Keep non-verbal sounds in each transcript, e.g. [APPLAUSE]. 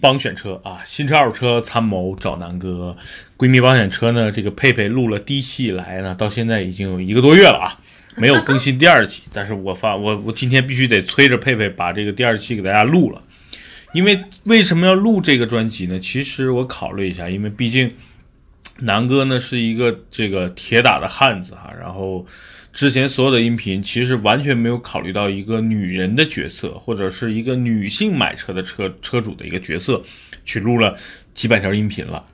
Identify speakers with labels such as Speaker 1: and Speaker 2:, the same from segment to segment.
Speaker 1: 帮选车啊，新车二手车参谋找南哥，闺蜜帮选车呢，这个佩佩录了第一期以来呢，到现在已经有一个多月了啊，没有更新第二期，但是我发我我今天必须得催着佩佩把这个第二期给大家录了，因为为什么要录这个专辑呢？其实我考虑一下，因为毕竟南哥呢是一个这个铁打的汉子哈，然后之前所有的音频其实完全没有考虑到一个女人的角色，或者是一个女性买车的车车主的一个角色，去录了几百条音频了。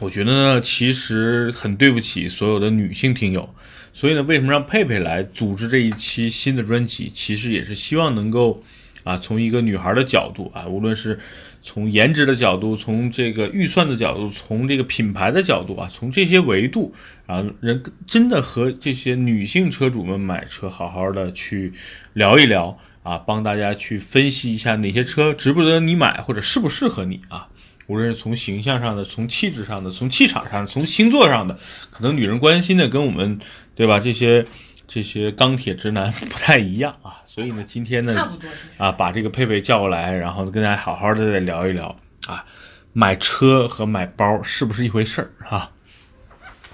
Speaker 1: 我觉得呢，其实很对不起所有的女性听友，所以呢，为什么让佩佩来组织这一期新的专辑，其实也是希望能够啊，从一个女孩的角度啊，无论是从颜值的角度，从这个预算的角度，从这个品牌的角度啊，从这些维度啊，人真的和这些女性车主们买车好好的去聊一聊啊，帮大家去分析一下哪些车值不值得你买，或者适不适合你啊。无论是从形象上的、从气质上的、从气场上的、从星座上的，可能女人关心的跟我们对吧这些这些钢铁直男 [LAUGHS] 不太一样啊。所以呢，今天呢，
Speaker 2: 差不多其实
Speaker 1: 啊，把这个佩佩叫过来，然后跟大家好好的再聊一聊啊，买车和买包是不是一回事儿啊？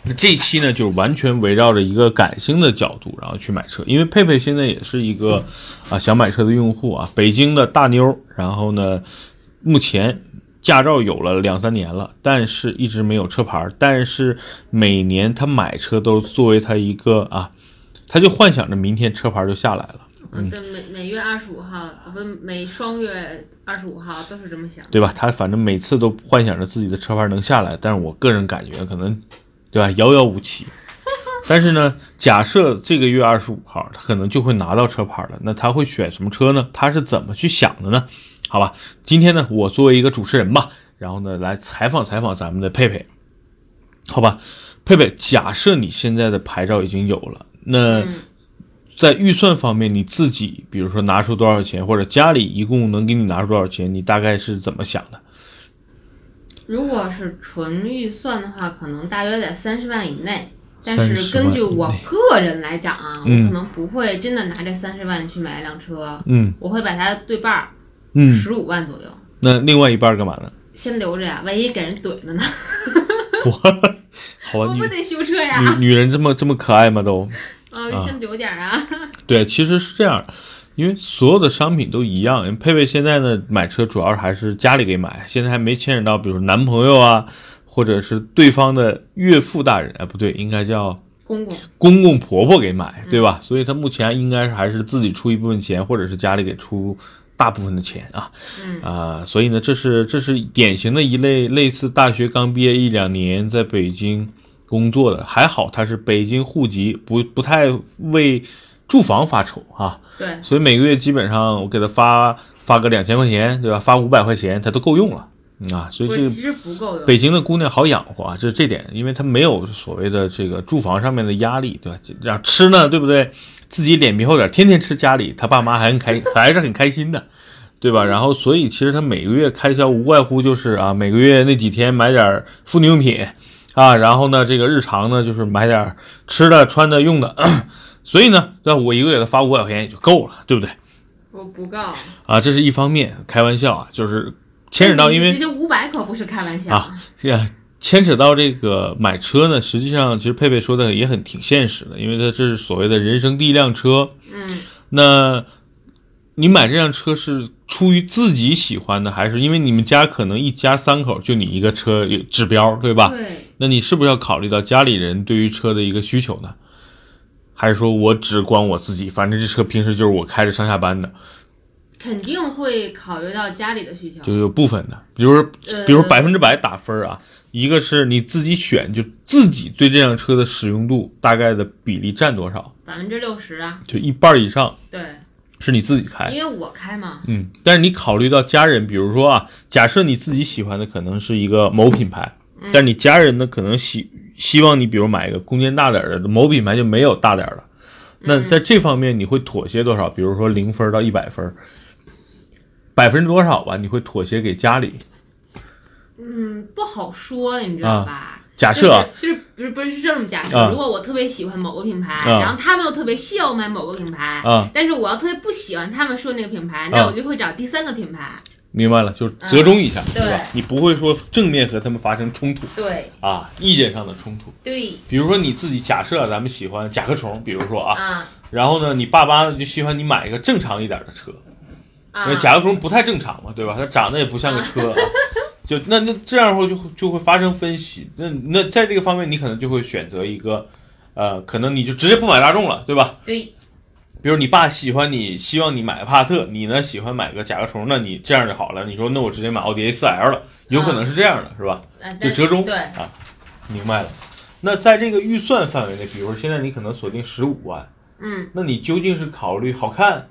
Speaker 1: 那这一期呢，就是完全围绕着一个感性的角度，然后去买车，因为佩佩现在也是一个啊想买车的用户啊，北京的大妞儿，然后呢，目前驾照有了两三年了，但是一直没有车牌儿，但是每年她买车都作为她一个啊，她就幻想着明天车牌儿就下来了。
Speaker 2: 嗯，对，每每月二十五号，呃不，每双月二十五号都是这么想。
Speaker 1: 对吧？他反正每次都幻想着自己的车牌能下来，但是我个人感觉可能，对吧？遥遥无期。 [LAUGHS] 但是呢，假设这个月二十五号他可能就会拿到车牌了，那他会选什么车呢？他是怎么去想的呢？好吧，今天呢，我作为一个主持人吧，然后呢，来采访采访咱们的佩佩，好吧？佩佩，假设你现在的牌照已经有了，那
Speaker 2: 嗯
Speaker 1: 在预算方面，你自己比如说拿出多少钱，或者家里一共能给你拿出多少钱，你大概是怎么想的？
Speaker 2: 如果是纯预算的话，可能大约在三十万以内。但
Speaker 1: 30
Speaker 2: 是根据
Speaker 1: 万以
Speaker 2: 我
Speaker 1: 内
Speaker 2: 个人来讲啊，我
Speaker 1: 嗯
Speaker 2: 可能不会真的拿这三十万去买一辆车，
Speaker 1: 嗯
Speaker 2: 我会把它对半儿，
Speaker 1: 嗯，
Speaker 2: 十五万左右，
Speaker 1: 那另外一半干嘛呢？
Speaker 2: 先留着呀，万一给人怼了呢？
Speaker 1: 好
Speaker 2: [LAUGHS] 我 [LAUGHS]
Speaker 1: 吧，女
Speaker 2: 不得修车呀？
Speaker 1: 女女人这么这么可爱吗？都
Speaker 2: 啊，先留点儿啊。
Speaker 1: 对，其实是这样的，因为所有的商品都一样。佩佩现在呢买车主要还是家里给买，现在还没牵扯到比如男朋友啊，或者是对方的岳父大人，哎，不对，应该叫
Speaker 2: 公公，
Speaker 1: 公公婆婆给买，对吧？所以她目前应该是还是自己出一部分钱，或者是家里给出大部分的钱啊。
Speaker 2: 嗯
Speaker 1: 啊、所以呢，这是这是典型的一类类似大学刚毕业一两年在北京工作的，还好他是北京户籍，不不太为住房发愁啊，
Speaker 2: 对，
Speaker 1: 所以每个月基本上我给他发发个两千块钱，对吧？发五百块钱，他都够用了。嗯啊，所以
Speaker 2: 不
Speaker 1: 这
Speaker 2: 是
Speaker 1: 个
Speaker 2: 其实不够用。
Speaker 1: 北京的姑娘好养活啊，这这点，因为她没有所谓的这个住房上面的压力，对吧？然后吃呢，对不对？自己脸皮厚点，天天吃家里，她爸妈还很开， [LAUGHS] 还是很开心的，对吧？然后，所以其实她每个月开销无外乎就是啊，每个月那几天买点妇女用品啊，然后呢，这个日常呢就是买点吃的、穿的、用的， [CLEARS THROAT] 所以呢，对吧？我一个月给她发五百块钱也就够了，对不对？
Speaker 2: 我不够，
Speaker 1: 啊，这是一方面，开玩笑啊，就是牵扯到因为
Speaker 2: 这这五百可不是开玩笑
Speaker 1: 啊是啊，牵扯到这个买车呢，实际上其实佩佩说的也很挺现实的，因为它这是所谓的人生第一辆车。
Speaker 2: 嗯，
Speaker 1: 那你买这辆车是出于自己喜欢的，还是因为你们家可能一家三口就你一个车有指标，对吧？
Speaker 2: 对，
Speaker 1: 那你是不是要考虑到家里人对于车的一个需求呢？还是说我只管我自己，反正这车平时就是我开着上下班的，
Speaker 2: 肯定会考虑到家里的需求。
Speaker 1: 就有部分的，比如说
Speaker 2: 呃，
Speaker 1: 比如百分之百打分啊，一个是你自己选，就自己对这辆车的使用度大概的比例占多少，
Speaker 2: 百分之六十啊，
Speaker 1: 就一半以上
Speaker 2: 对，
Speaker 1: 是你自己开。
Speaker 2: 因为我开嘛，
Speaker 1: 嗯，但是你考虑到家人，比如说啊，假设你自己喜欢的可能是一个某品牌，
Speaker 2: 嗯
Speaker 1: 但你家人呢可能希希望你比如买一个空间大点儿的，某品牌就没有大点儿的。
Speaker 2: 嗯
Speaker 1: 那在这方面你会妥协多少？比如说零分到一百分，百分之多少吧？你会妥协给家里？
Speaker 2: 嗯，不好说，你知道吧？
Speaker 1: 假设啊，
Speaker 2: 就是就是不是不是这么假设，
Speaker 1: 啊
Speaker 2: 如果我特别喜欢某个品牌，
Speaker 1: 啊
Speaker 2: 然后他们又特别希望我买某个品牌，
Speaker 1: 啊
Speaker 2: 但是我要特别不喜欢他们说那个品牌，
Speaker 1: 啊
Speaker 2: 那我就会找第三个品牌，
Speaker 1: 明白了，就是折中一下，
Speaker 2: 对
Speaker 1: 吧？你不会说正面和他们发生冲突
Speaker 2: 对
Speaker 1: 啊，意见上的冲突。
Speaker 2: 对
Speaker 1: 比如说你自己假设咱们喜欢甲壳虫，比如说啊，
Speaker 2: 啊
Speaker 1: 然后呢，你爸妈就希望你买一个正常一点的车，
Speaker 2: 啊
Speaker 1: 那，甲壳虫不太正常嘛，对吧？它长得也不像个车、啊， [LAUGHS] 就那那这样会就会就会发生分歧。那那在这个方面，你可能就会选择一个，呃，可能你就直接不买大众了，对吧？
Speaker 2: 对
Speaker 1: 比如你爸喜欢你，希望你买个帕萨特，你呢喜欢买个甲壳虫，那你这样就好了。你说那我直接买奥迪 A4L 了，有可能是这样的，是吧？
Speaker 2: 啊
Speaker 1: 就折中
Speaker 2: 对
Speaker 1: 啊，明白了。那在这个预算范围内，比如说现在你可能锁定十五万，
Speaker 2: 嗯
Speaker 1: 那你究竟是考虑好看、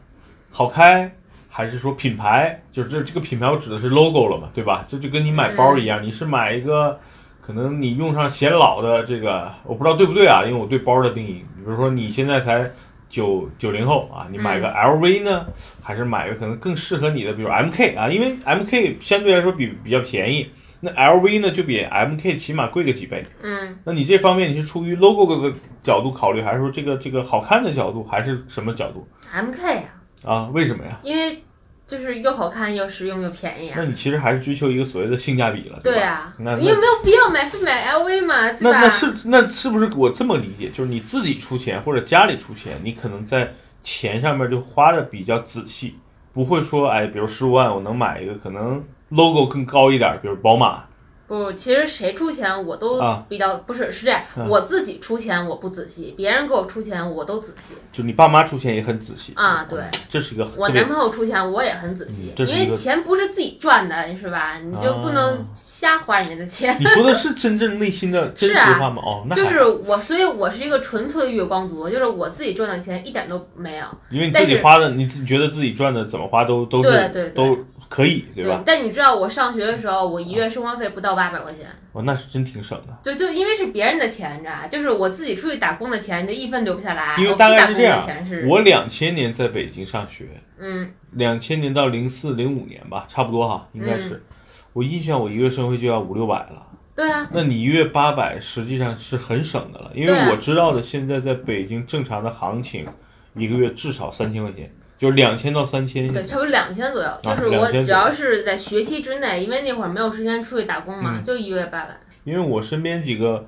Speaker 1: 好开，还是说品牌？就是这这个品牌，我指的是 logo 了嘛，对吧？这就跟你买包一样，你是买一个可能你用上显老的这个，我不知道对不对啊，因为我对包的定义，比如说你现在才九九零后啊，你买个 LV 呢，还是买个可能更适合你的，比如 MK 啊，因为 MK 相对来说比比较便宜。那 LV 呢，就比 MK 起码贵个几倍，
Speaker 2: 嗯
Speaker 1: 那你这方面你是出于 logo 的角度考虑，还是说这个这个好看的角度，还是什么角度
Speaker 2: ，MK 啊，
Speaker 1: 啊？为什么呀？
Speaker 2: 因为就是又好看又实用又便宜啊
Speaker 1: 那。你其实还是追求一个所谓的性价比了，
Speaker 2: 对
Speaker 1: 吧？
Speaker 2: 啊，
Speaker 1: 那
Speaker 2: 你有没有必要买非买 LV 嘛？对
Speaker 1: 那
Speaker 2: 吧？
Speaker 1: 那是那是不是我这么理解？就是你自己出钱或者家里出钱，你可能在钱上面就花的比较仔细，不会说哎，比如十五万我能买一个可能 logo 更高一点，比如宝马
Speaker 2: 不，其实谁出钱我都
Speaker 1: 啊
Speaker 2: 比较、不是是这样、
Speaker 1: 啊
Speaker 2: 我自己出钱我不仔细，别人给我出钱我都仔细
Speaker 1: 就你爸妈出钱也很仔细
Speaker 2: 啊。对，
Speaker 1: 这是一个嗯
Speaker 2: 我
Speaker 1: 特别
Speaker 2: 男朋友出钱我也很仔细
Speaker 1: 嗯，这是
Speaker 2: 因
Speaker 1: 一
Speaker 2: 为
Speaker 1: 个
Speaker 2: 钱不是自己赚的，是吧？你就不能
Speaker 1: 啊
Speaker 2: 瞎花人家的钱。
Speaker 1: 你说的是真正内心的真
Speaker 2: 是
Speaker 1: 实
Speaker 2: 啊
Speaker 1: 话吗？哦， [LAUGHS] 那
Speaker 2: 就
Speaker 1: 还
Speaker 2: 是我，所以我是一个纯粹的月光族，就是我自己赚的钱一点都没有。
Speaker 1: 因为你
Speaker 2: 但
Speaker 1: 自己
Speaker 2: 是
Speaker 1: 花的，你自己觉得自己赚的怎么花都都是
Speaker 2: 对对对
Speaker 1: 都可以，对吧？啊
Speaker 2: 但你知道我上学的时候，我一月生活费不到八百块钱，
Speaker 1: 哦，那是真挺省的，
Speaker 2: 就就因为是别人的钱，你知道吧？就是我自己出去打工的钱，就一分留不下来。
Speaker 1: 因为
Speaker 2: 啊我
Speaker 1: 大
Speaker 2: 自己
Speaker 1: 概
Speaker 2: 打
Speaker 1: 是这
Speaker 2: 工的
Speaker 1: 样
Speaker 2: 钱是，。
Speaker 1: 我两千年在北京上学，
Speaker 2: 嗯
Speaker 1: 两千年到零四零五年吧，差不多哈，应该
Speaker 2: 嗯
Speaker 1: 是。我印象我一个月生活费就要五六百了，，
Speaker 2: 对啊，
Speaker 1: 那你一月八百实际上是很省的了，因
Speaker 2: 对
Speaker 1: 为
Speaker 2: 啊
Speaker 1: 我知道的现在在北京正常的行情，一个月至少三千块钱，就是两千到三千。
Speaker 2: 对，差不多两千左右。就是
Speaker 1: 2000
Speaker 2: 我
Speaker 1: 啊左右
Speaker 2: 只要是在学期之内，因为那会儿没有时间出去打工
Speaker 1: 嗯
Speaker 2: 嘛，就一月八百。
Speaker 1: 因为我身边几个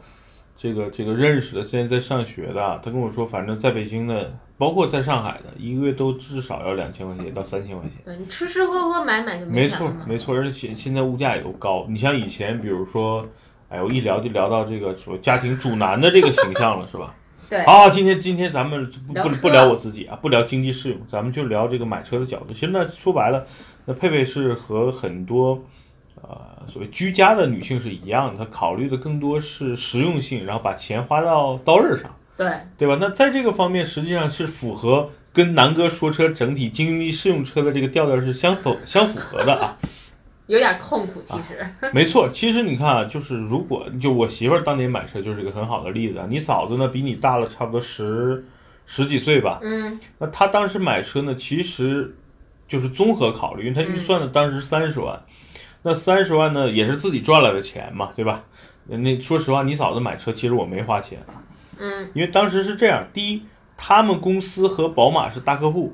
Speaker 1: 这个这个认识的，现在在上学的啊，他跟我说，反正在北京的，包括在上海的，一个月都至少要两千块钱到三千块钱。
Speaker 2: 对你吃吃喝喝买买就
Speaker 1: 没
Speaker 2: 钱
Speaker 1: 错
Speaker 2: 了嘛。
Speaker 1: 没错，而且现现在物价也都高。你像以前，比如说，哎，我一聊就聊到这个什么家庭主男的这个形象了，是吧？
Speaker 2: 对
Speaker 1: 好，今天今天咱们不
Speaker 2: 聊
Speaker 1: 不
Speaker 2: 车
Speaker 1: 不聊我自己啊，不聊经济适用，咱们就聊这个买车的角度。其实那说白了，那佩佩是和很多呃所谓居家的女性是一样的，她考虑的更多是实用性，然后把钱花到刀刃上，
Speaker 2: 对
Speaker 1: 对吧？那在这个方面，实际上是符合跟南哥说车整体经济适用车的这个调调是相否相符合的啊。
Speaker 2: 有点痛苦其实。
Speaker 1: 没错，其实你看啊，就是如果就我媳妇儿当年买车就是一个很好的例子啊。你嫂子呢比你大了差不多十十几岁吧，
Speaker 2: 嗯
Speaker 1: 那她当时买车呢，其实就是综合考虑，因为她预算呢当时三十万，那三十万呢也是自己赚来的钱嘛，对吧？那说实话，你嫂子买车其实我没花钱，
Speaker 2: 嗯
Speaker 1: 因为当时是这样：第一，他们公司和宝马是大客户；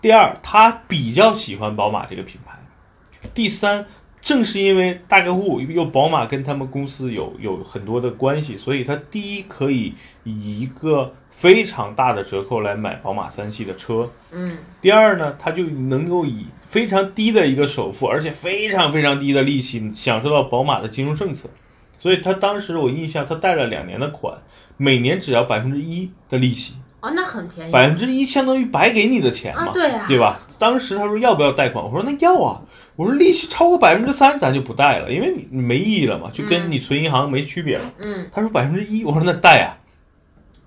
Speaker 1: 第二，他比较喜欢宝马这个品牌；第三，正是因为大客户又宝马跟他们公司有有很多的关系，所以他第一可以以一个非常大的折扣来买宝马三系的车。
Speaker 2: 嗯，
Speaker 1: 第二呢，他就能够以非常低的一个首付，而且非常非常低的利息，享受到宝马的金融政策。所以他当时我印象，他贷了两年的款，每年只要百分之一的利息，
Speaker 2: 哦，那很便宜
Speaker 1: 百分之一相当于白给你的钱嘛，
Speaker 2: 啊，对呀、
Speaker 1: 对吧？当时他说要不要贷款，我说那要啊，我说利息超过百分之三咱就不贷了，因为你你没意义了嘛，就跟你存银行没区别了。
Speaker 2: 嗯
Speaker 1: 他说百分之一，我说那贷啊。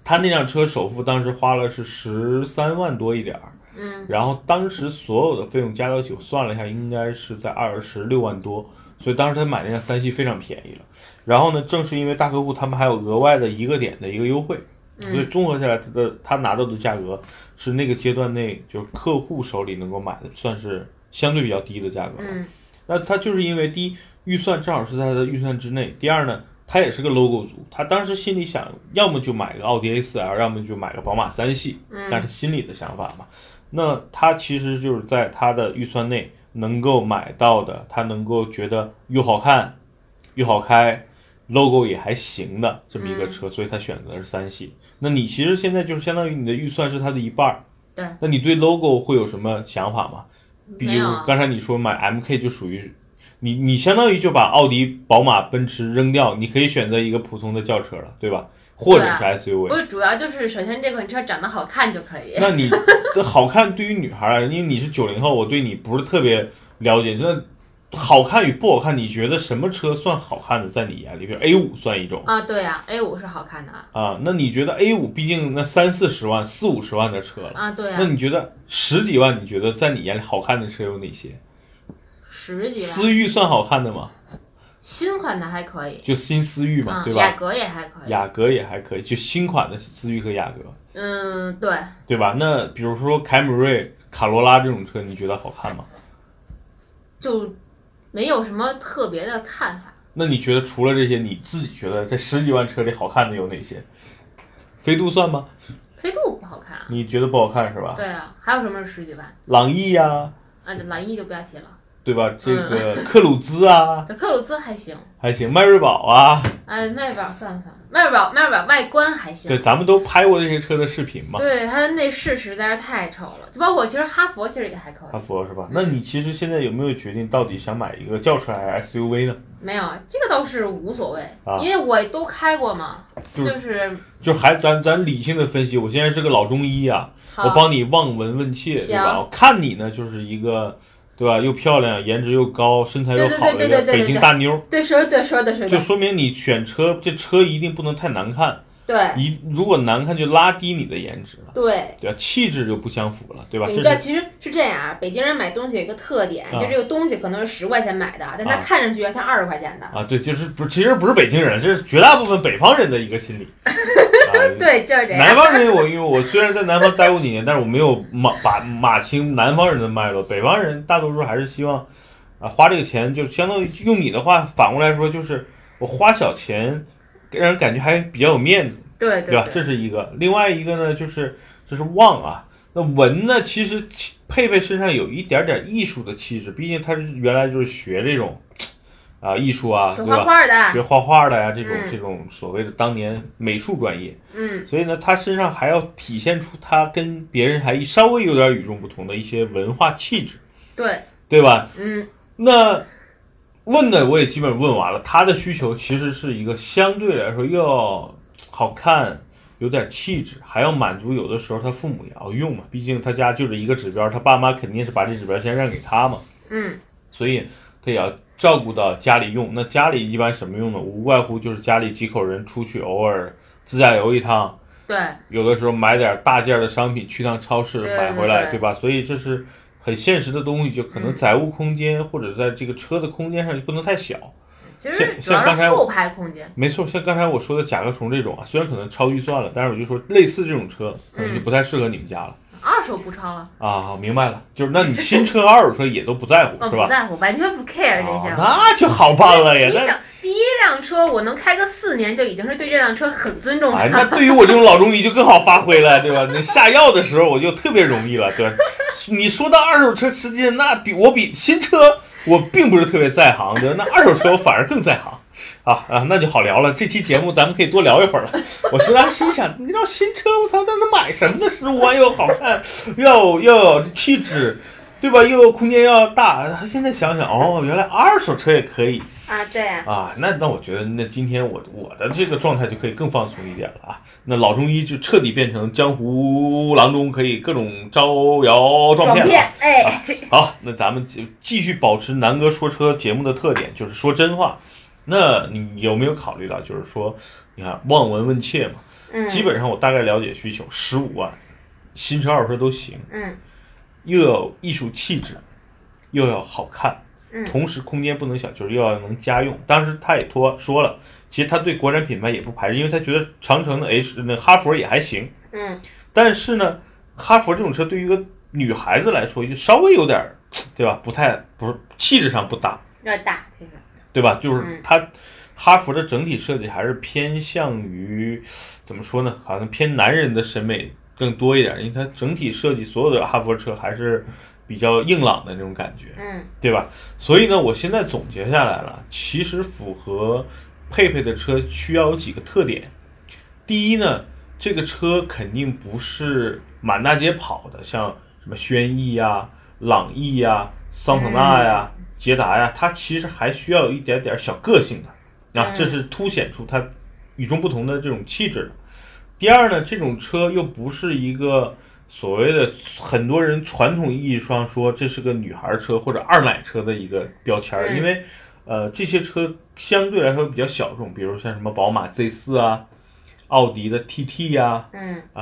Speaker 1: 他那辆车首付当时花了是十三万多一点儿，
Speaker 2: 嗯
Speaker 1: 然后当时所有的费用加到一起，我算了一下，应该是在二十六万多，所以当时他买那辆三系非常便宜了。然后呢，正是因为大客户他们还有额外的一个点的一个优惠，所
Speaker 2: 嗯
Speaker 1: 以综合下来，他的他拿到的价格是那个阶段内就是客户手里能够买的，算是相对比较低的价格了。
Speaker 2: 嗯
Speaker 1: 那他就是因为第一预算正好是在他的预算之内，第二呢，他也是个 logo 族，他当时心里想要么就买个奥迪 A4L，要么就买个宝马三系，
Speaker 2: 嗯
Speaker 1: 但是心里的想法嘛。那他其实就是在他的预算内能够买到的，它能够觉得又好看又好开，logo 也还行的这么一个车，所以他选择的是三系。那你其实现在就是相当于你的预算是它的一半儿。
Speaker 2: 对。
Speaker 1: 那你对 logo 会有什么想法吗？比
Speaker 2: 没
Speaker 1: 如
Speaker 2: 有啊
Speaker 1: 刚才你说买 MK 就属于你，你相当于就把奥迪、宝马、奔驰扔掉，你可以选择一个普通的轿车了，对吧？或者是
Speaker 2: 对啊
Speaker 1: SUV。
Speaker 2: 不是主要就是首先这款车长得好看就可以。 [LAUGHS]
Speaker 1: 那你的好看对于女孩儿来，因为你是九零后，我对你不是特别了解。那好看与不好看，你觉得什么车算好看的？在你眼里，比如 A 五算一种
Speaker 2: 啊，对呀、a 五是好看的啊，
Speaker 1: 啊？那你觉得 A 五毕竟那三四十万、四五十万的车了，
Speaker 2: 啊对呀、
Speaker 1: 那你觉得十几万？你觉得在你眼里好看的车有哪些？
Speaker 2: 十几万，
Speaker 1: 思域算好看的吗？
Speaker 2: 新款的还可以，
Speaker 1: 就新思域嘛，
Speaker 2: 啊，
Speaker 1: 对
Speaker 2: 雅
Speaker 1: 吧？
Speaker 2: 阁也还可以，
Speaker 1: 雅阁也还可以，就新款的思域和雅阁，
Speaker 2: 嗯，对，
Speaker 1: 对吧？那比如说凯美瑞、卡罗拉这种车，你觉得好看吗？
Speaker 2: 就没有什么特别的看法。
Speaker 1: 那你觉得除了这些，你自己觉得这十几万车里好看的有哪些？飞度算吗？
Speaker 2: 飞度不好看啊，
Speaker 1: 你觉得不好看是吧？
Speaker 2: 对啊，还有什么是十几万？
Speaker 1: 朗逸呀、
Speaker 2: 啊，这蓝逸就不要提了，
Speaker 1: 对
Speaker 2: 嗯
Speaker 1: 吧？这个克鲁兹啊，
Speaker 2: 这克鲁兹还行，
Speaker 1: 还行，迈锐宝啊，
Speaker 2: 哎，迈锐宝算了算了，迈锐宝迈锐宝外观还行
Speaker 1: 对，，咱们都拍过这些车的视频嘛。
Speaker 2: 对它的内饰实在是太丑了，就包括其实哈佛其实也还可
Speaker 1: 哈
Speaker 2: 以，
Speaker 1: 佛是吧？那你其实现在有没有决定到底想买一个轿车还是 SUV 呢？
Speaker 2: 没有这个倒是无所谓
Speaker 1: 啊，
Speaker 2: 因为我都开过嘛，
Speaker 1: 就是
Speaker 2: 就是
Speaker 1: 就是还咱咱理性的分析，我现在是个老中医啊，我
Speaker 2: 好，
Speaker 1: 帮你望闻问切，对吧？
Speaker 2: 行
Speaker 1: 我看你呢，就是一个，对吧？又漂亮，颜值又高，身材又好的一个
Speaker 2: 对对对对对对
Speaker 1: 北京大妞，
Speaker 2: 对说对说的说
Speaker 1: 就
Speaker 2: 的，
Speaker 1: 说明你选车，这车一定不能太难看，
Speaker 2: 对
Speaker 1: 一如果难看就拉低你的颜值了，
Speaker 3: 对，
Speaker 1: 对吧？气质就不相符了，对吧？
Speaker 3: 你
Speaker 1: 这
Speaker 3: 知道，
Speaker 1: 是
Speaker 3: 其实是这样啊，北京人买东西有一个特点，
Speaker 1: 啊
Speaker 3: 就这个东西可能是十块钱买的，但是它
Speaker 1: 啊
Speaker 3: 看上去要像二十块钱的。
Speaker 1: 啊，对，就是不，其实不是北京人，这是绝大部分北方人的一个
Speaker 2: [LAUGHS]
Speaker 1: 心理。啊
Speaker 2: 对就是这样。
Speaker 1: 南方人，我因为我虽然在南方待过几年，但是我没有马把马清南方人的脉络。北方人大多数还是希望，啊，花这个钱就相当于用你的话反过来说，就是我花小钱，给人感觉还比较有面子，
Speaker 2: 对
Speaker 1: 对吧？
Speaker 2: 对，
Speaker 1: 这是一个。另外一个呢，就是这是望啊。那文呢，其实其佩佩身上有一点点艺术的气质，毕竟他是原来就是学这种，啊，艺术啊，
Speaker 3: 学
Speaker 1: 对
Speaker 3: 画
Speaker 1: 吧？
Speaker 3: 画的，
Speaker 1: 学画画的呀、这种
Speaker 3: 嗯
Speaker 1: 这种所谓的当年美术专业。
Speaker 3: 嗯，
Speaker 1: 所以呢，他身上还要体现出他跟别人还稍微有点与众不同的一些文化气质，
Speaker 3: 对，
Speaker 1: 对吧？
Speaker 3: 嗯，
Speaker 1: 那问的我也基本问完了，他的需求其实是一个相对来说要好看。有点气质，还要满足有的时候他父母也要用嘛，毕竟他家就这一个指标，他爸妈肯定是把这指标先让给他嘛，
Speaker 3: 嗯，
Speaker 1: 所以他也要照顾到家里用。那家里一般什么用呢？无外乎就是家里几口人出去偶尔自驾游一趟，
Speaker 2: 对
Speaker 1: 有的时候买点大件儿的商品，去趟超市
Speaker 2: 对
Speaker 1: 买回来，
Speaker 2: 对对嗯
Speaker 1: 对吧？所以这是很现实的东西，就可能载物空间或者在这个车的空间上就不能太小。
Speaker 2: 其
Speaker 1: 像
Speaker 2: 实主
Speaker 1: 像
Speaker 2: 要
Speaker 1: 刚才
Speaker 2: 是后排空间，
Speaker 1: 没错，像刚才我说的甲壳虫这种啊，虽然可能超预算了，但是我就说类似这种车可能就
Speaker 2: 嗯
Speaker 1: 不太适合你们家了、
Speaker 2: 二手不超了，
Speaker 1: 啊。明白了，就是那你新车、二手车也都不在乎，
Speaker 2: 我
Speaker 1: 是
Speaker 2: 哦不
Speaker 1: 吧？
Speaker 2: 在乎，完全不 care 这些
Speaker 1: 啊，
Speaker 2: 了。
Speaker 1: 那就好办了呀。
Speaker 2: 你
Speaker 1: 那
Speaker 2: 想，第一辆车我能开个四年，就已经是对这辆车很尊重
Speaker 1: 哎，
Speaker 2: 了。
Speaker 1: 那对于我这种老中医就更好发挥了，对吧？那下药的时候我就特别容易了，对吧。你说到二手车，实际上那比我比新车我并不是特别在行，对吧？那二手车我反而更在行。啊啊，那就好聊了。这期节目咱们可以多聊一会儿了。我实在心想，你知道新车，我操，在那买什么呢？十五万又好看，又有又有气质，对吧？又有空间要大。现在想想，哦，原来二手车也可以。
Speaker 3: 啊，对啊，
Speaker 1: 啊，那那我觉得那今天我我的这个状态就可以更放松一点了啊。那老中医就彻底变成江湖郎中，可以各种招摇撞骗了。啊
Speaker 3: 骗，哎，
Speaker 1: 好，那咱们就继续保持南哥说车节目的特点，就是说真话。那你有没有考虑到，就是说，你看望闻问切嘛，
Speaker 3: 嗯，
Speaker 1: 基本上我大概了解需求，十五万，新车二手车都行，
Speaker 3: 嗯，
Speaker 1: 又有艺术气质，又要好看，
Speaker 3: 嗯
Speaker 1: 同时空间不能小，就是又要能家用。当时他也托说了，其实他对国产品牌也不排斥，因为他觉得长城的 H 那哈佛也还行，
Speaker 3: 嗯，
Speaker 1: 但是呢，哈佛这种车对于一个女孩子来说就稍微有点儿，对吧？不太不是气质上不搭，
Speaker 3: 有点大，其实，
Speaker 1: 对吧？就是
Speaker 3: 嗯
Speaker 1: 它、哈佛的整体设计还是偏向于怎么说呢？好像偏男人的审美更多一点，因为它整体设计所有的哈佛车还是比较硬朗的那种感觉，
Speaker 3: 嗯
Speaker 1: 对吧？所以呢，我现在总结下来了，其实符合佩佩的车需要有几个特点。第一呢，这个车肯定不是满大街跑的，像什么轩逸呀、朗逸呀、桑塔纳呀、捷达呀，它其实还需要有一点点小个性的啊，
Speaker 3: 嗯
Speaker 1: 这是凸显出它与众不同的这种气质的。第二呢，这种车又不是一个所谓的很多人传统意义上说这是个女孩车或者二奶车的一个标签儿，
Speaker 3: 嗯
Speaker 1: 因为呃这些车相对来说比较小众，比如像什么宝马 Z 4啊、奥迪的 TT 呀、啊，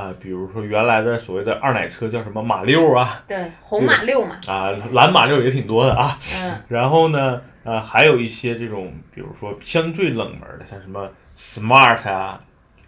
Speaker 3: 嗯，
Speaker 1: 比如说原来的所谓的二奶车叫什么马六啊，
Speaker 3: 对，红马六嘛，
Speaker 1: 啊、蓝马六也挺多的啊，
Speaker 3: 嗯
Speaker 1: 然后呢，呃，还有一些这种，比如说相对冷门的，像什么 Smart 啊、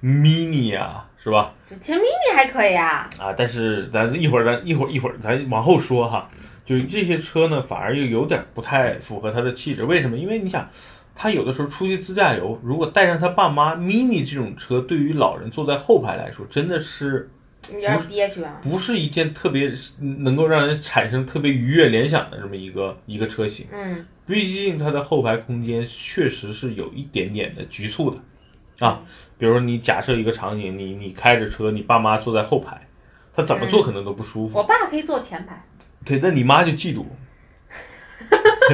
Speaker 1: Mini 啊，是吧？
Speaker 3: 其实 mini 还可以啊，
Speaker 1: 啊，但是咱一会儿咱一会儿一会儿咱往后说哈，就是这些车呢，反而又有点不太符合它的气质。为什么？因为你想，他有的时候出去自驾游，如果带上他爸妈，Mini 这种车对于老人坐在后排来说，真的是
Speaker 3: 有点憋屈啊，
Speaker 1: 不是一件特别能够让人产生特别愉悦联想的这么一个一个车型。
Speaker 3: 嗯
Speaker 1: 毕竟它的后排空间确实是有一点点的局促的啊。比如说你假设一个场景，你你开着车，你爸妈坐在后排，他怎么坐可能都不舒服。
Speaker 3: 我爸可以坐前排，
Speaker 1: 对，那你妈就嫉妒，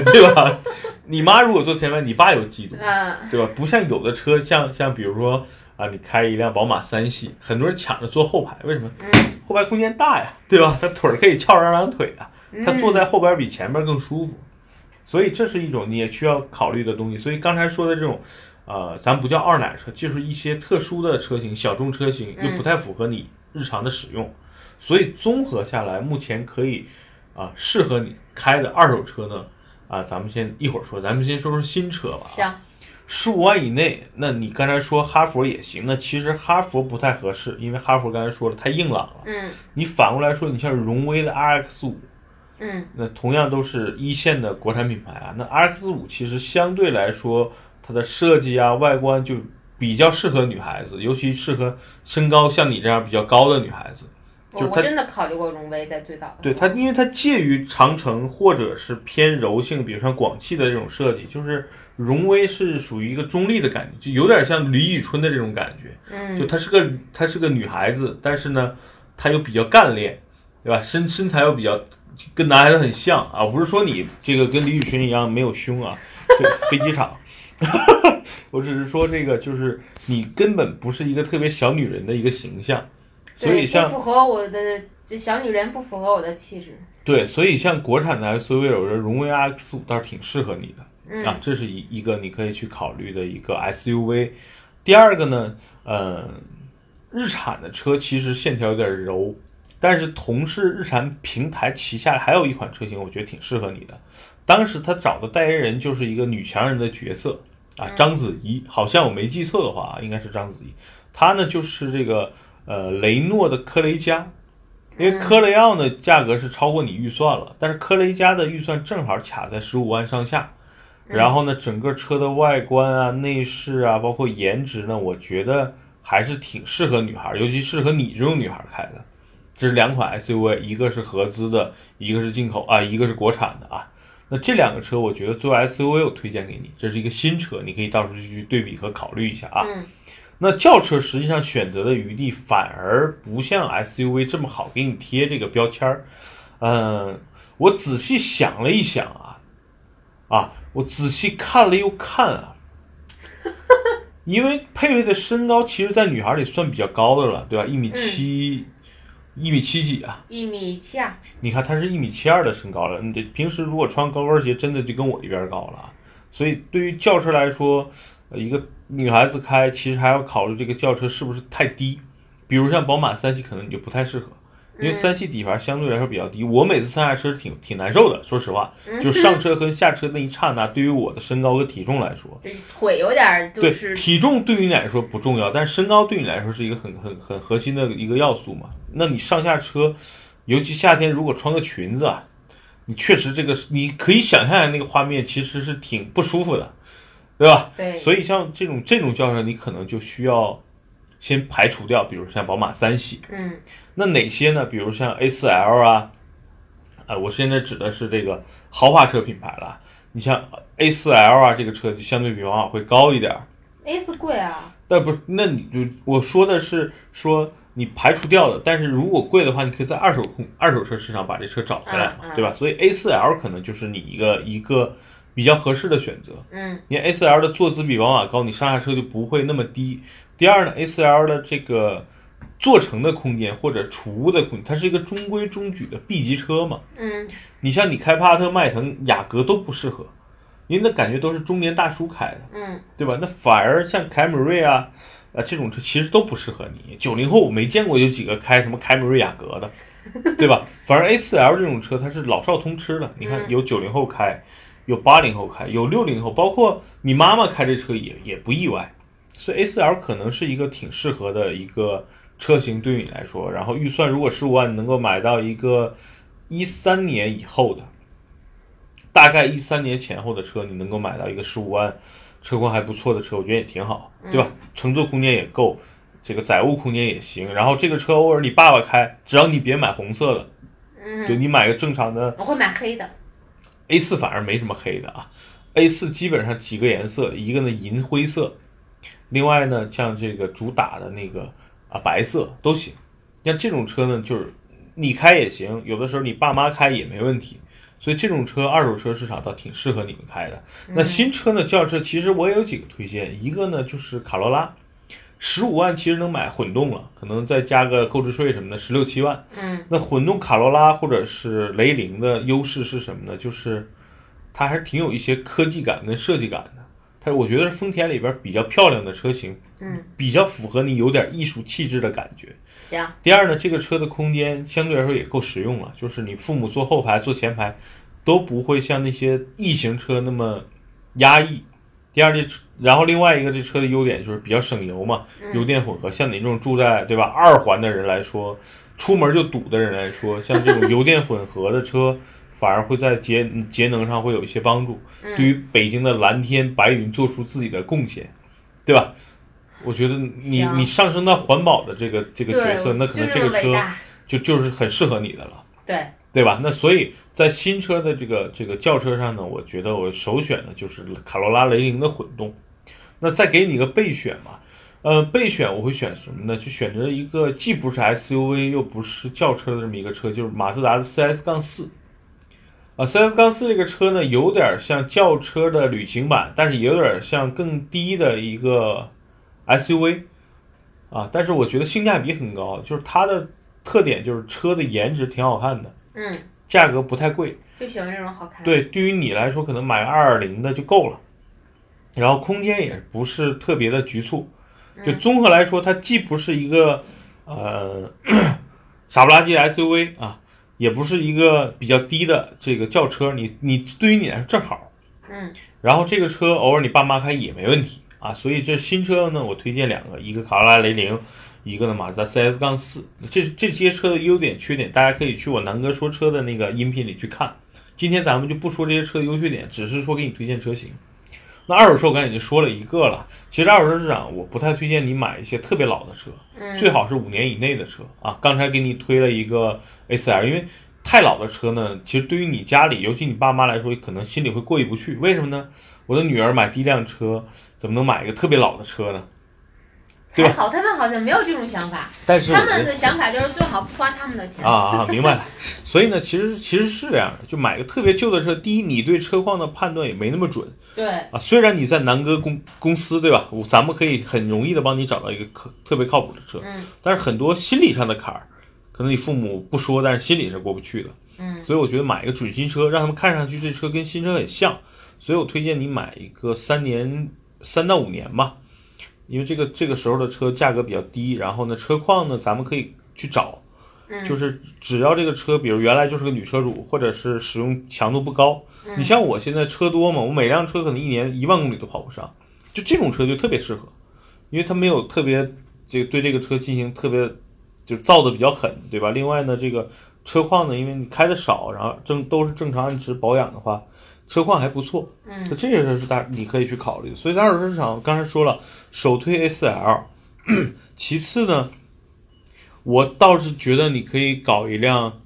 Speaker 1: [LAUGHS] 对吧？你妈如果坐前排，你爸有嫉妒，
Speaker 2: 呃
Speaker 3: 嗯
Speaker 1: 对吧？不像有的车，像像比如说啊，你开一辆宝马三系，很多人抢着坐后排，为什么？
Speaker 3: 嗯
Speaker 1: 后排空间大呀，对吧？他腿儿可以翘着二郎腿啊。
Speaker 3: 嗯，
Speaker 1: 他坐在后边比前面更舒服，所以这是一种你也需要考虑的东西。所以刚才说的这种，呃，咱不叫二奶车，就是一些特殊的车型、小众车型，
Speaker 3: 嗯
Speaker 1: 又不太符合你日常的使用。所以综合下来，目前可以啊、适合你开的二手车呢，啊、咱们先一会儿说，咱们先说说新车吧。
Speaker 3: 行，
Speaker 1: 十五万以内，那你刚才说哈佛也行，那其实哈佛不太合适，因为哈佛刚才说了太硬朗了。
Speaker 3: 嗯
Speaker 1: 你反过来说，你像荣威的 RX 五。
Speaker 3: 嗯
Speaker 1: 那同样都是一线的国产品牌啊，那 RX 五其实相对来说，它的设计啊、外观就比较适合女孩子，尤其适合身高像你这样比较高的女孩子。就
Speaker 3: 我
Speaker 1: 是
Speaker 3: 我
Speaker 1: 他
Speaker 3: 真的考虑过荣威在最早的，
Speaker 1: 对它，因为它介于长城或者是偏柔性，比如像广汽的这种设计，就是荣威是属于一个中立的感觉，就有点像李宇春的这种感觉。就
Speaker 3: 嗯
Speaker 1: 她是个她是个女孩子，但是呢，她又比较干练，对吧？身身材又比较跟男孩子很像啊，不是说你这个跟李宇春一样没有胸啊，飞飞机场。 [LAUGHS] 我只是说这个就是你根本不是一个特别小女人的一个形象，所以
Speaker 3: 对，
Speaker 1: 像
Speaker 3: 不符合我的这小女人不符合我的气质，
Speaker 1: 对，所以像国产的 SUV，我觉得荣威 RX 五倒是挺适合你的、
Speaker 3: 嗯
Speaker 1: 啊，这是一一个你可以去考虑的一个 SUV。第二个呢，呃，日产的车其实线条有点柔，但是同是日产平台旗下还有一款车型，我觉得挺适合你的。当时他找的代言人就是一个女强人的角色啊，章子怡，好像我没记错的话啊，应该是章子怡。她呢就是这个呃雷诺的科雷嘉，因为科雷傲呢价格是超过你预算了，但是科雷嘉的预算正好卡在十五万上下。然后呢，整个车的外观啊、内饰啊，包括颜值呢，我觉得还是挺适合女孩儿，尤其适合你这种女孩儿开的。这是两款 SUV，一个是合资的，一个是进口啊，一个是国产的啊。那这两个车，我觉得作为 SUV，我推荐给你，这是一个新车，你可以到时候去对比和考虑一下啊。
Speaker 3: 嗯
Speaker 1: 那轿车实际上选择的余地反而不像 SUV 这么好给你贴这个标签儿。嗯，我仔细想了一想啊，啊，我仔细看了又看啊，因为佩佩的身高其实，在女孩里算比较高的了，对吧？一米七、一米七几啊？
Speaker 3: 一米七二，
Speaker 1: 你看她是一米七二的身高了，你这平时如果穿高跟鞋，真的就跟我一边高了啊。所以对于轿车来说，呃一个女孩子开，其实还要考虑这个轿车是不是太低，比如像宝马三系，可能你就不太适合。因为三系底盘相对来说比较低，我每次上下车挺挺难受的，说实话，就上车和下车那一刹那，对于我的身高和体重来说，
Speaker 3: 这腿有点儿就
Speaker 1: 对，
Speaker 3: 是
Speaker 1: 体重对于你来说不重要，但是身高对你来说是一个很很很核心的一个要素嘛。那你上下车，尤其夏天如果穿个裙子啊，你确实这个你可以想象那个画面其实是挺不舒服的，对吧？
Speaker 3: 对，
Speaker 1: 所以像这种这种轿车，你可能就需要先排除掉，比如像宝马三系，
Speaker 3: 嗯
Speaker 1: 那哪些呢？比如像 A 4 L 啊、哎，我现在指的是这个豪华车品牌了。你像 A4L 啊，这个车就相对比往往会高一点儿。
Speaker 3: A 四贵啊，
Speaker 1: 但不是，那你就我说的是说你排除掉的，但是如果贵的话，你可以在二手空二手车市场把这车找回来嘛，
Speaker 3: 嗯嗯
Speaker 1: 对吧？所以 A4L 可能就是你一个一个比较合适的选择。
Speaker 3: 嗯，
Speaker 1: 你 A4L 的坐姿比宝马高，你上下车就不会那么低。第二呢，A4L 的这个坐乘的空间或者储物的空间，它是一个中规中矩的 B 级车嘛。
Speaker 3: 嗯，
Speaker 1: 你像你开帕萨特、迈腾、雅阁都不适合，因为那感觉都是中年大叔开的。
Speaker 3: 嗯，
Speaker 1: 对吧？那反而像凯美瑞啊，啊这种车其实都不适合你。九零后我没见过有几个开什么凯美瑞、雅阁的，对吧？反而 A 4 L 这种车它是老少通吃的。你看，
Speaker 3: 嗯
Speaker 1: 有九零后开，有八零后开，有六零后，包括你妈妈开这车也也不意外。所以 A 4 L 可能是一个挺适合的一个车型对于你来说。然后预算如果十五万，你能够买到一个一三年以后的，大概一三年前后的车，你能够买到一个十五万车况还不错的车，我觉得也挺好，对吧？乘坐空间也够，这个载物空间也行。然后这个车偶尔你爸爸开，只要你别买红色的，对
Speaker 3: 嗯，
Speaker 1: 你买个正常的
Speaker 3: 我会买黑的，
Speaker 1: A 4反而没什么黑的啊。A 4基本上几个颜色，一个呢银灰色，另外呢像这个主打的那个啊白色都行。像这种车呢，就是你开也行，有的时候你爸妈开也没问题。所以这种车二手车市场倒挺适合你们开的。那新车呢，轿车其实我也有几个推荐，一个呢就是卡罗拉，十五万其实能买混动了，可能再加个购置税什么的，十六七万。
Speaker 3: 嗯，
Speaker 1: 那混动卡罗拉或者是雷凌的优势是什么呢？就是它还是挺有一些科技感跟设计感的。它我觉得是丰田里边比较漂亮的车型，
Speaker 3: 嗯，
Speaker 1: 比较符合你有点艺术气质的感觉。
Speaker 3: 行，
Speaker 1: 第二呢，这个车的空间相对来说也够实用了，就是你父母坐后排、坐前排都不会像那些异型车那么压抑。第二，这车然后另外一个这车的优点就是比较省油嘛，油电混合。像你这种住在对吧二环的人来说，出门就堵的人来说，像这种油电混合的车，反而会在节节能上会有一些帮助，对于北京的蓝天白云做出自己的贡献，对吧？我觉得你
Speaker 3: 行
Speaker 1: 你上升到环保的这个这个
Speaker 3: 对，
Speaker 1: 角色，那可
Speaker 3: 就
Speaker 1: 能
Speaker 3: 是
Speaker 1: 这个
Speaker 3: 么伟
Speaker 1: 车
Speaker 3: 大，
Speaker 1: 就就是很适合你的了，
Speaker 3: 对，
Speaker 1: 对吧？那所以在新车的这个这个轿车上呢，我觉得我首选的就是卡罗拉雷凌的混动。那再给你一个备选嘛，呃，备选我会选什么呢？就选择一个既不是 SUV 又不是轿车的这么一个车，就是马自达的 CS 杠四。啊，CS 杠四这个车呢，有点像轿车的旅行版，但是也有点像更低的一个 SUV 啊，但是我觉得性价比很高，就是它的特点就是车的颜值挺好看的，
Speaker 3: 嗯，
Speaker 1: 价格不太贵。
Speaker 3: 就喜欢这种好看，，
Speaker 1: 对，对于你来说，可能买二二零的就够了。然后空间也不是特别的局促，就综合来说，它既不是一个呃 [COUGHS] 傻不拉几的 SUV 啊，也不是一个比较低的这个轿车，你你对于你来说正好。
Speaker 3: 嗯，
Speaker 1: 然后这个车偶尔你爸妈开也没问题啊，所以这新车呢，我推荐两个，一个卡罗拉雷凌，一个呢马自达 CS 杠四。这这些车的优点缺点，大家可以去我南哥说车的那个音频里去看。今天咱们就不说这些车的优缺点，只是说给你推荐车型。那二手车我刚才已经说了一个了，其实二手车市场我不太推荐你买一些特别老的车，
Speaker 3: 嗯
Speaker 1: 最好是五年以内的车啊。刚才给你推了一个 A4L，因为太老的车呢，其实对于你家里，尤其你爸妈来说，可能心里会过意不去。为什么呢？我的女儿买第一辆车，怎么能买一个特别老的车呢？对吧
Speaker 3: 还好他们好像没有这种想法，
Speaker 1: 但
Speaker 3: 他们的想法就是最好不花他们的钱，
Speaker 1: 啊啊，明白了。所以呢，其实其实是这样的，就买个特别旧的车，第一，你对车况的判断也没那么准
Speaker 3: 对，
Speaker 1: 啊。虽然你在南哥公公司，对吧？我咱们可以很容易的帮你找到一个可特别靠谱的车，
Speaker 3: 嗯
Speaker 1: 但是很多心理上的坎儿，可能你父母不说，但是心里是过不去的。
Speaker 3: 嗯
Speaker 1: 所以我觉得买一个准新车，让他们看上去这车跟新车很像，所以我推荐你买一个三年三到五年吧，因为这个这个时候的车价格比较低，然后呢车况呢咱们可以去找，
Speaker 3: 嗯
Speaker 1: 就是只要这个车，比如原来就是个女车主，或者是使用强度不高，你像我现在车多嘛，我每辆车可能一年一万公里都跑不上，就这种车就特别适合，因为它没有特别这个对这个车进行特别就造的比较狠，对吧？另外呢，这个车况呢，因为你开的少，然后正都是正常按时保养的话，车况还不错，
Speaker 3: 嗯
Speaker 1: 那这个事儿是大你可以去考虑的。所以在二手车市场，刚才说了，首推 A4L，其次呢，我倒是觉得你可以搞一辆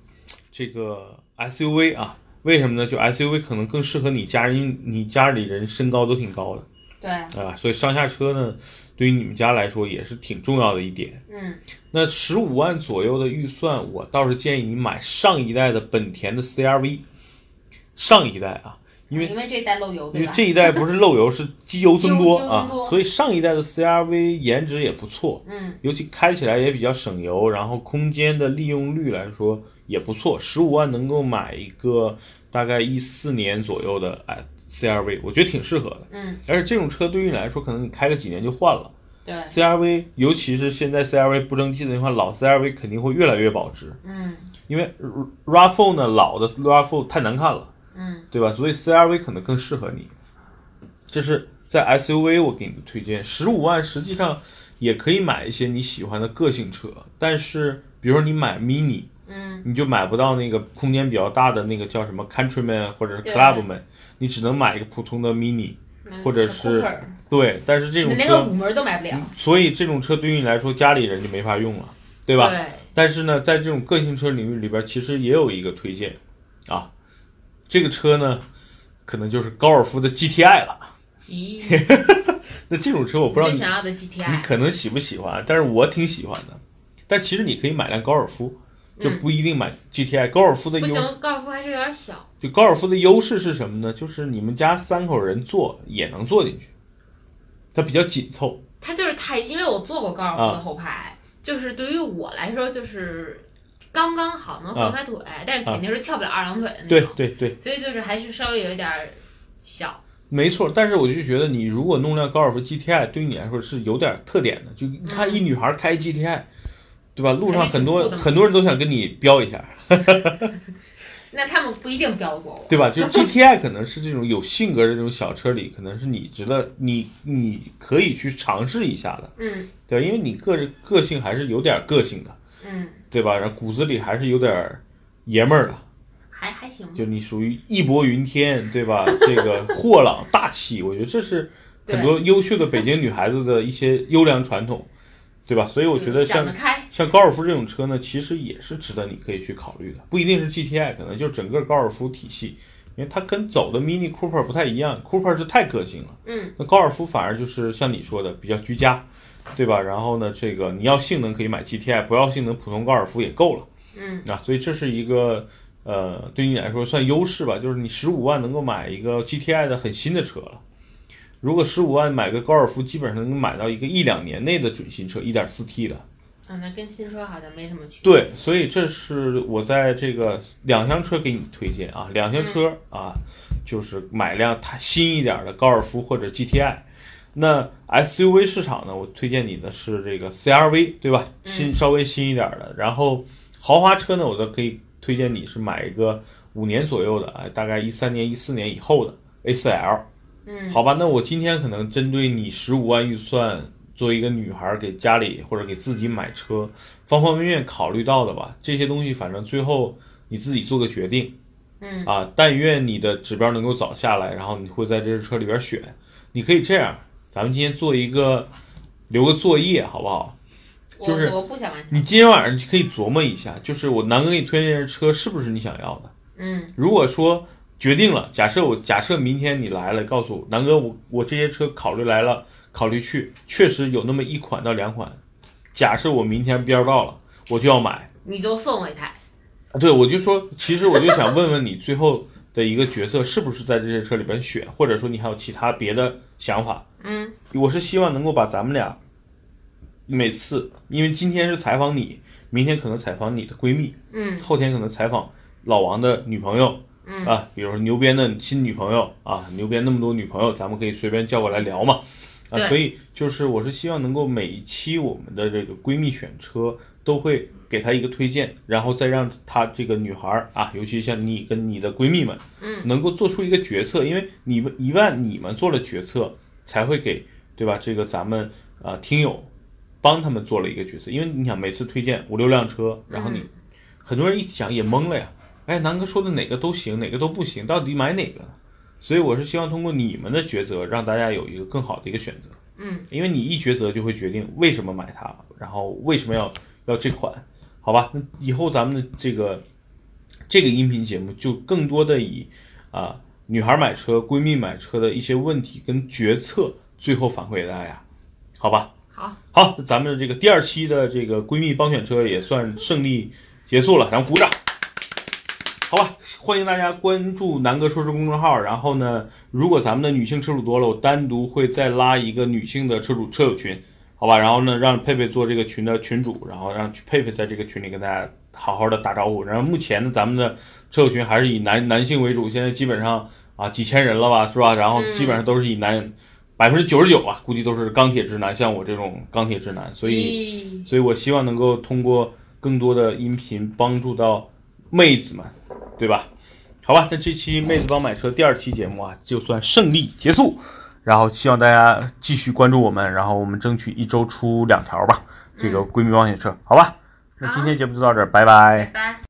Speaker 1: 这个 SUV 啊，为什么呢？就 SUV 可能更适合你家人，因为你家里人身高都挺高的
Speaker 3: 对，
Speaker 1: 啊，所以上下车呢，对于你们家来说也是挺重要的一点。
Speaker 3: 嗯，
Speaker 1: 那十五万左右的预算，我倒是建议你买上一代的本田的 CRV，上一代啊，因为
Speaker 3: 因为这一代漏油
Speaker 1: 因
Speaker 3: 对
Speaker 1: 为
Speaker 3: 吧？
Speaker 1: 这一代不是漏油，是机油增多啊
Speaker 3: 机油增，多
Speaker 1: 所以上一代的 CRV 颜值也不错，
Speaker 3: 嗯，
Speaker 1: 尤其开起来也比较省油，然后空间的利用率来说也不错，十五万能够买一个大概一四年左右的哎 CRV，我觉得挺适合的。
Speaker 3: 嗯，
Speaker 1: 而且这种车对于你来说，可能你开个几年就换了。
Speaker 3: 对，
Speaker 1: CRV，尤其是现在 CRV 不争气的情况，老 CRV 肯定会越来越保值，
Speaker 3: 嗯
Speaker 1: 因为 RAV4 呢，老的 RAV4 太难看了。
Speaker 3: 嗯
Speaker 1: 对吧？所以 CRV 可能更适合你。这是在 SUV 我给你的推荐，十五万实际上也可以买一些你喜欢的个性车，但是比如说你买 Mini，
Speaker 3: 嗯，
Speaker 1: 你就买不到那个空间比较大的那个叫什么 Countryman 或者是
Speaker 3: 对
Speaker 1: Clubman，你只能买一个普通的 Mini。
Speaker 3: 嗯
Speaker 1: 或者是
Speaker 3: Cooper
Speaker 1: 对，但是这
Speaker 3: 你
Speaker 1: 种
Speaker 3: 连个
Speaker 1: 车，嗯
Speaker 3: 五门都买不了，
Speaker 1: 所以这种车对于你来说，家里人就没法用了，对吧？
Speaker 3: 对，
Speaker 1: 但是呢，在这种个性车领域里边，其实也有一个推荐啊，这个车呢，可能就是高尔夫的 GTI 了。
Speaker 2: 咦，
Speaker 1: 那这种车 [LAUGHS] 我不知道
Speaker 2: 最
Speaker 1: 你
Speaker 2: 想要的
Speaker 1: 你
Speaker 2: GTI，
Speaker 1: 可能喜不喜欢，但是我挺喜欢的。但其实你可以买辆高尔夫，就不一定买 GTI。高尔夫的
Speaker 2: 嗯不
Speaker 1: 优势，
Speaker 2: 行，高尔夫还是有点小。
Speaker 1: 就高尔夫的优势是什么呢？就是你们家三口人坐也能坐进去，它比较紧凑。
Speaker 2: 它就是太，因为我坐过高尔
Speaker 1: 啊
Speaker 2: 夫的后排，就是对于我来说就是刚刚好能
Speaker 1: 啊
Speaker 2: 换开腿，但是肯定是翘不了二郎腿的那
Speaker 1: 对
Speaker 2: 种，
Speaker 1: 对对，
Speaker 2: 所以就是还是稍微有一点儿小。
Speaker 1: 没错。但是我就觉得你如果弄辆高尔夫 GTI，对于你来说是有点特点的。就一看一女孩开 GTI，对吧？路上很
Speaker 2: 还
Speaker 1: 多
Speaker 2: 是挺酷的嘛
Speaker 1: 很多人都想跟你飙一下，
Speaker 3: 那他们不一定标得过我，
Speaker 1: 对吧？就是 GTI 可能是这种有性格的这种小车里，可能是你值得你你可以去尝试一下的，
Speaker 3: 嗯
Speaker 1: 对吧，因为你个人个性还是有点个性的，
Speaker 3: 嗯，
Speaker 1: 对吧？然后骨子里还是有点爷们儿的，
Speaker 3: 还还行吧，
Speaker 1: 就你属于义薄云天，对
Speaker 3: [LAUGHS]
Speaker 1: 吧？这个豁朗大气，我觉得这是很多优秀的北京女孩子的一些优良传统，对吧？所以我觉得
Speaker 3: 就是嗯想
Speaker 1: 像
Speaker 3: 得开，
Speaker 1: 像高尔夫这种车呢，其实也是值得你可以去考虑的，不一定是 GTI，可能就是整个高尔夫体系，因为它跟走的 Mini Cooper 不太一样，Cooper 是太个性了，
Speaker 3: 嗯，
Speaker 1: 那高尔夫反而就是像你说的比较居家，对吧？然后呢，这个你要性能可以买 GTI，不要性能普通高尔夫也够了，
Speaker 3: 嗯，
Speaker 1: 啊，所以这是一个呃对你来说算优势吧，就是你十五万能够买一个 GTI 的很新的车了。如果十五万买个高尔夫，基本上能买到一个一两年内的准新车，一点四 T 的。
Speaker 2: 嗯
Speaker 3: 啊，那跟新车好像没什么区别，
Speaker 1: 对，所以这是我在这个两厢车给你推荐啊，两厢车啊，就是买辆它新一点的高尔夫或者 GTI。那 SUV 市场呢，我推荐你的是这个 CRV，对吧？新稍微新一点的，然后豪华车呢，我都可以推荐你是买一个五年左右的，哎，大概一三年、一四年以后的 A4L。
Speaker 3: 嗯
Speaker 1: 好吧，那我今天可能针对你十五万预算，作为一个女孩儿给家里或者给自己买车，方方面面考虑到的吧，这些东西反正最后你自己做个决定。
Speaker 3: 嗯
Speaker 1: 啊，但愿你的指标能够早下来，然后你会在这些车里边选。你可以这样，咱们今天做一个留个作业，好不好？
Speaker 3: 我
Speaker 1: 就是
Speaker 3: 我不想
Speaker 2: 嗯
Speaker 3: 完成，
Speaker 1: 你今天晚上就可以琢磨一下，就是我南哥给你推荐的车是不是你想要的。
Speaker 3: 嗯
Speaker 1: 如果说决定了，假设我假设明天你来了，告诉我南哥我，我这些车考虑来了，考虑去，确实有那么一款到两款。假设我明天标到了，我就要买。
Speaker 2: 你就送我一台，
Speaker 1: 啊对，我就说，其实我就想问问你，最后的一个角色是不是在这些车里边选，或者说你还有其他别的想法？
Speaker 3: 嗯
Speaker 1: 我是希望能够把咱们俩每次，因为今天是采访你，明天可能采访你的闺蜜，
Speaker 3: 嗯
Speaker 1: 后天可能采访老王的女朋友，
Speaker 3: 嗯
Speaker 1: 啊，比如说牛鞭的新女朋友啊，牛鞭那么多女朋友，咱们可以随便叫过来聊嘛，啊，
Speaker 2: 对
Speaker 1: 所以就是我是希望能够每一期我们的这个闺蜜选车都会给她一个推荐，然后再让她这个女孩儿啊，尤其像你跟你的闺蜜们，
Speaker 3: 嗯，
Speaker 1: 能够做出一个决策，因为你们一万你们做了决策，才会给对吧？这个咱们啊、呃听友帮他们做了一个决策，因为你想每次推荐五六辆车，然后你、很多人一想也懵了呀，哎，南哥说的哪个都行，哪个都不行，到底买哪个呢？所以我是希望通过你们的抉择，让大家有一个更好的一个选择。
Speaker 3: 嗯，
Speaker 1: 因为你一抉择就会决定为什么买它，然后为什么要要这款，好吧？那以后咱们的这个这个音频节目就更多的以啊、女孩买车、闺蜜买车的一些问题跟决策，最后反馈给大家，好吧？
Speaker 2: 嗯好，
Speaker 1: 好，咱们这个第二期的这个闺蜜帮选车也算胜利结束了，咱们鼓掌。好吧，欢迎大家关注南哥说车公众号。然后呢，如果咱们的女性车主多了，我单独会再拉一个女性的车主车友群，好吧？然后呢，让佩佩做这个群的群主，然后让佩佩在这个群里跟大家好好的打招呼。然后目前呢，咱们的车友群还是以男男性为主，现在基本上啊几千人了吧，是吧？然后基本上都是以男百分之九十九啊，估计都是钢铁直男，像我这种钢铁直男，所以，
Speaker 2: 以
Speaker 1: 所以我希望能够通过更多的音频帮助到妹子们，对吧？好吧，那这期妹子帮买车第二期节目啊，就算胜利结束。然后希望大家继续关注我们，然后我们争取一周出两条吧，这个闺蜜帮险车，好吧？那今天节目就到这儿，拜拜
Speaker 2: 拜拜。